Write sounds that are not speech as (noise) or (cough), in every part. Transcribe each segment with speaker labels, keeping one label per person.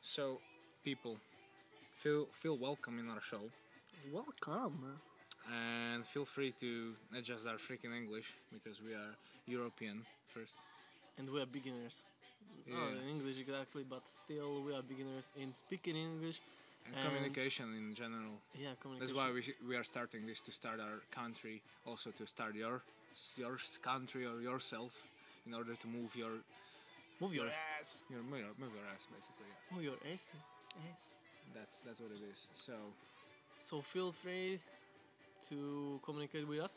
Speaker 1: So, people, feel feel welcome in our show,
Speaker 2: Welcome.
Speaker 1: and feel free to adjust our freaking English because we are European first.
Speaker 2: And we are beginners.
Speaker 1: Yeah.
Speaker 2: Not in English exactly, but still we are beginners in speaking English.
Speaker 1: And,
Speaker 2: And-
Speaker 1: communication in general.
Speaker 2: Yeah, communication.
Speaker 1: That's why we, we are starting this to start our country, also to start your your country or yourself, in order to move your
Speaker 2: move your
Speaker 1: Yeah.
Speaker 2: ass.
Speaker 1: your move your- move your ass basically. Yeah.
Speaker 2: Move your ass. Ass.
Speaker 1: That's that's what it is. So
Speaker 2: So feel free to communicate with us.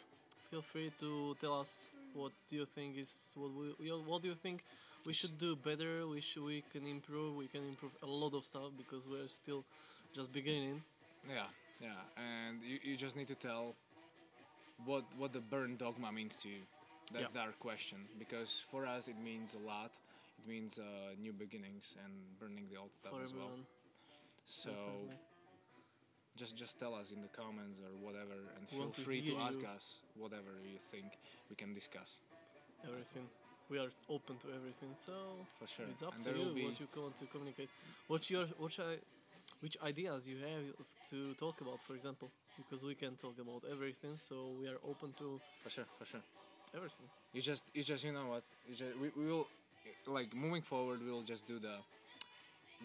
Speaker 2: Feel free to tell us what do you think is what we you know, what do you think we should do better. We should we can improve. We can improve a lot of stuff because we're still just beginning.
Speaker 1: yeah, yeah, and you, you just need to tell what what the burn dogma means to you. That's our question because for us it means a lot. It means uh, new beginnings and burning the old stuff
Speaker 2: for
Speaker 1: as well.
Speaker 2: everyone.
Speaker 1: So.
Speaker 2: definitely.
Speaker 1: just just tell us in the comments or whatever and
Speaker 2: We
Speaker 1: feel
Speaker 2: want to
Speaker 1: free to
Speaker 2: hear
Speaker 1: ask
Speaker 2: you.
Speaker 1: us whatever you think we can discuss
Speaker 2: everything. We are open to everything. So.
Speaker 1: for sure
Speaker 2: It's up
Speaker 1: and
Speaker 2: to
Speaker 1: there
Speaker 2: you
Speaker 1: will be
Speaker 2: what you want to communicate. What's your what should I, which ideas you have to talk about, for example, because we can talk about everything, so we are open to
Speaker 1: for sure for sure
Speaker 2: everything.
Speaker 1: you just you just you know what you just, we, we will like moving forward we'll just do the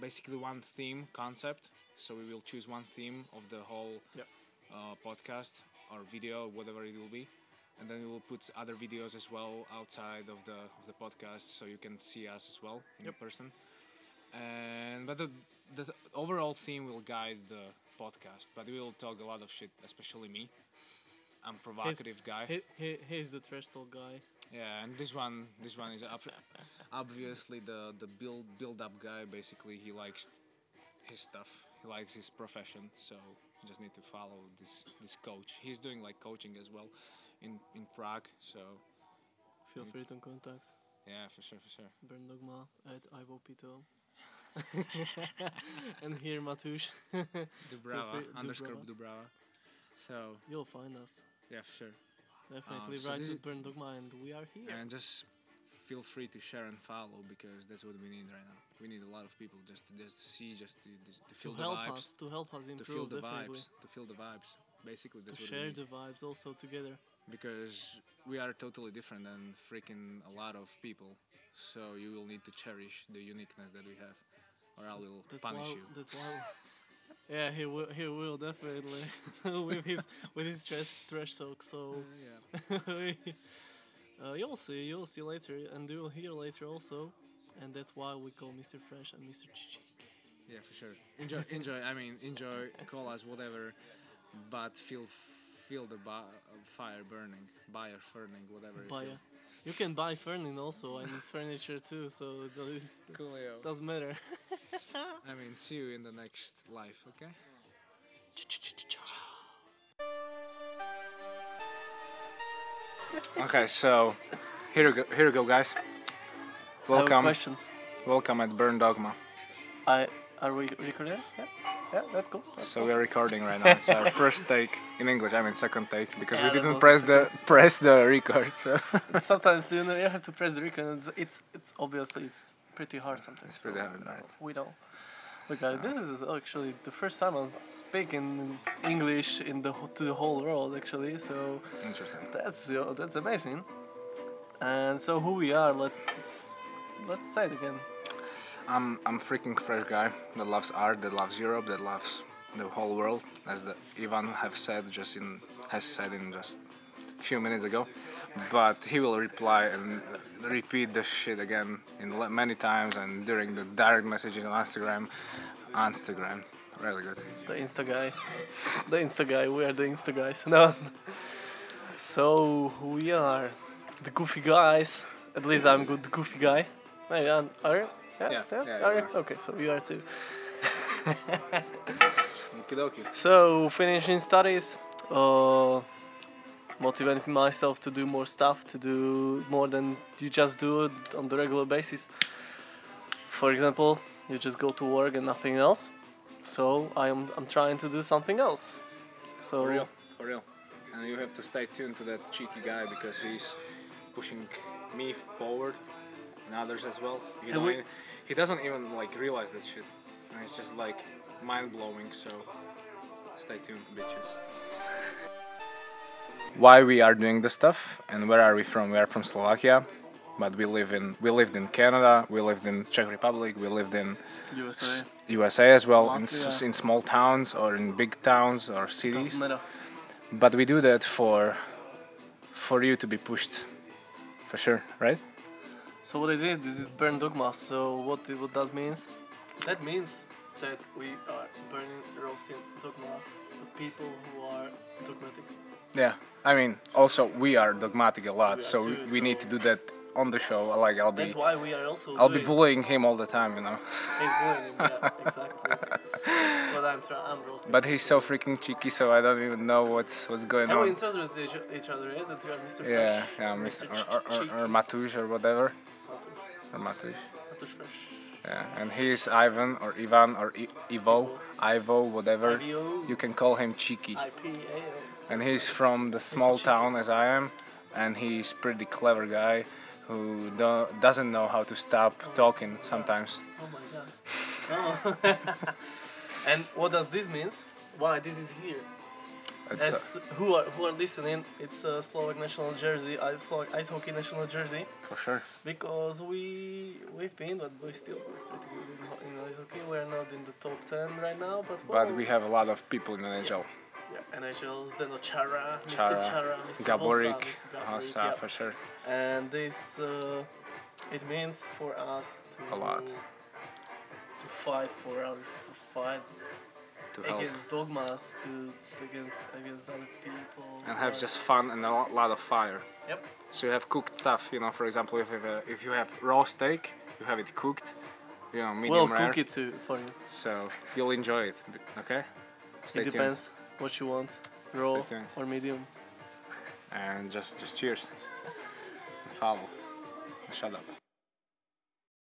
Speaker 1: basically one theme concept so we will choose one theme of the whole
Speaker 2: Yep.
Speaker 1: uh, podcast or video whatever it will be and then we will put other videos as well outside of the of the podcast so you can see us as well in
Speaker 2: Yep.
Speaker 1: person and but the, the overall theme will guide the podcast but we will talk a lot of shit especially me i'm provocative guy
Speaker 2: He, he, he's the trash talk guy.
Speaker 1: yeah, and this one, this one is ob- obviously the the build build up guy. Basically, he likes his stuff. He likes his profession. So you just need to follow this this coach. He's doing like coaching as well in in Prague. So
Speaker 2: Feel
Speaker 1: Mm.
Speaker 2: free to contact
Speaker 1: yeah, for sure, for sure.
Speaker 2: Burn Dogma at Ivo
Speaker 1: (laughs)
Speaker 2: Pito. (laughs) and here Matush,
Speaker 1: Dubrava
Speaker 2: free-
Speaker 1: underscore Dubrava. So
Speaker 2: (laughs) you'll find us
Speaker 1: yeah, for sure.
Speaker 2: definitely.
Speaker 1: so
Speaker 2: right
Speaker 1: this
Speaker 2: to
Speaker 1: is-
Speaker 2: Burn Dogma, and we are here.
Speaker 1: And just feel free to share and follow because that's what we need right now. We need a lot of people just to just to see, just to just to
Speaker 2: to
Speaker 1: feel the
Speaker 2: help
Speaker 1: vibes.
Speaker 2: us, to help us
Speaker 1: to feel
Speaker 2: improve,
Speaker 1: the
Speaker 2: definitely.
Speaker 1: vibes to feel the vibes basically
Speaker 2: To
Speaker 1: that's what we
Speaker 2: share
Speaker 1: need.
Speaker 2: the vibes also together.
Speaker 1: because we are totally different than freaking a lot of people so you will need to cherish the uniqueness that we have or I will
Speaker 2: That's
Speaker 1: punish
Speaker 2: why,
Speaker 1: you
Speaker 2: That's why. yeah, he will. He will definitely (laughs) with his with his trash trash talk. So (laughs)
Speaker 1: Uh, yeah
Speaker 2: uh, you'll see. You'll see later, and you'll hear later also. And that's why we call Mr. Fresh and Mr. Chichi.
Speaker 1: yeah for sure
Speaker 2: (laughs)
Speaker 1: enjoy enjoy I mean enjoy call us whatever but feel feel the ba- fire burning fire burning whatever you
Speaker 2: Buy.
Speaker 1: feel.
Speaker 2: You can buy furniture also and furniture too. So it do- it
Speaker 1: Coolio.
Speaker 2: (laughs) doesn't matter.
Speaker 1: I mean see you in the next life okay okay so here we go here we go guys welcome
Speaker 2: question.
Speaker 1: Welcome at Burn Dogma.
Speaker 2: I are we recording? Yeah. Yeah, that's cool.
Speaker 1: So we are recording right now. It's our
Speaker 2: (laughs)
Speaker 1: first take in English. I mean, second take because
Speaker 2: Yeah,
Speaker 1: we
Speaker 2: that
Speaker 1: didn't
Speaker 2: was
Speaker 1: press the press the record. So
Speaker 2: sometimes you know you have to press the record. It's it's, it's obviously it's pretty hard sometimes.
Speaker 1: It's pretty
Speaker 2: so
Speaker 1: hard, right. Uh-huh.
Speaker 2: We don't. Look at it. This is actually the first time I'm speaking in s- English in the wh- to the whole world actually. So
Speaker 1: interesting.
Speaker 2: that's you know, that's amazing. And so who we are? Let's let's say it again.
Speaker 1: I'm I'm freaking fresh guy that loves art, that loves Europe, that loves the whole world, as the Ivan have said just in has said in just few minutes ago. But he will reply and repeat the shit again in le- many times and during the direct messages on Instagram, Instagram, really good.
Speaker 2: The Insta guy. The Insta guy. We are the Insta guys. (laughs) No. So we are the goofy guys. At least I'm good goofy guy. Hey, and are you?
Speaker 1: Yeah, yeah,
Speaker 2: are
Speaker 1: you
Speaker 2: you? Okay, so you are too.
Speaker 1: Okie dokie.
Speaker 2: So finishing studies, uh, motivating myself to do more stuff, to do more than you just do it on the regular basis. For example, you just go to work and nothing else. So I'm I'm trying to do something else. So
Speaker 1: For real, for real. And you have to stay tuned to that cheeky guy because he's pushing me forward and others as well. You
Speaker 2: And
Speaker 1: know,
Speaker 2: we-
Speaker 1: he doesn't even like realize that shit. and it's just like mind blowing. So stay tuned, bitches. Why we are doing this stuff and where are we from? We are from Slovakia, but we live in we lived in Canada, we lived in Czech Republic, we lived in
Speaker 2: USA.
Speaker 1: USA as well, in, s-
Speaker 2: Oh, Latvia.
Speaker 1: in small towns or in big towns or cities.
Speaker 2: Doesn't matter.
Speaker 1: But we do that for for you to be pushed, for sure, right?
Speaker 2: So what is it? This is burn dogma. So what i- what that means? That means that we are burning, roasting dogmas, the people who are dogmatic.
Speaker 1: Yeah, I mean, also we are dogmatic a lot,
Speaker 2: We are
Speaker 1: so
Speaker 2: too,
Speaker 1: we need to
Speaker 2: so-
Speaker 1: do that on the show. Like I'll be,
Speaker 2: That's why we are also.
Speaker 1: I'll be
Speaker 2: doing-
Speaker 1: bullying him all the time, you know. (laughs)
Speaker 2: He's bullying. Yeah, exactly. but I'm trying. I'm roasting.
Speaker 1: But he's so freaking cheeky, so I don't even know what's what's going
Speaker 2: And we
Speaker 1: on.
Speaker 2: introduce each, each other, yeah, that we are Mr.
Speaker 1: Yeah,
Speaker 2: Fresh.
Speaker 1: yeah, Mr.
Speaker 2: Ch-
Speaker 1: Or, or,
Speaker 2: Cheek.
Speaker 1: or, or Matush or whatever,
Speaker 2: Matush.
Speaker 1: or Matush.
Speaker 2: Matush Fresh.
Speaker 1: Yeah, and he is Ivan or Ivan or I- Ivo, Ivo, whatever.
Speaker 2: IVO,
Speaker 1: You can call him cheeky.
Speaker 2: IPAO.
Speaker 1: and he's from the small
Speaker 2: Cheeky.
Speaker 1: town as I am, and he's pretty clever guy who do- doesn't know how to stop talking sometimes.
Speaker 2: Oh my god. Oh. (laughs) and what does this means? Why this is here?
Speaker 1: It's, uh,
Speaker 2: As who are who are listening? It's uh, Slovak national jersey, uh, Slovak ice hockey national jersey.
Speaker 1: for sure.
Speaker 2: Because we we've been, but we're still pretty good in, ho- in ice hockey. We're not in the top ten right now, but
Speaker 1: But
Speaker 2: whoa.
Speaker 1: we have a lot of people in NHL.
Speaker 2: yeah, NHL's Deno Chara,
Speaker 1: Chara,
Speaker 2: Mr. Chara, Mr.
Speaker 1: Gaborik,
Speaker 2: Bosa, Mr. Gaborik,
Speaker 1: Hasa,
Speaker 2: yeah.
Speaker 1: for sure.
Speaker 2: and this uh, it means for us to
Speaker 1: A lot.
Speaker 2: to fight for our to fight
Speaker 1: To help.
Speaker 2: against dogmas to, to against against other people
Speaker 1: And have
Speaker 2: uh,
Speaker 1: just fun and a lo- lot of fire.
Speaker 2: yep
Speaker 1: So you have cooked stuff, you know, for example, if you have, a, if you have raw steak, you have it cooked, you know, medium
Speaker 2: we'll
Speaker 1: rare.
Speaker 2: cook it too for you
Speaker 1: So you'll enjoy it, okay? Stay
Speaker 2: it
Speaker 1: tuned.
Speaker 2: depends what you want raw
Speaker 1: tuned.
Speaker 2: or medium
Speaker 1: And just, just cheers. Follow. Shut up.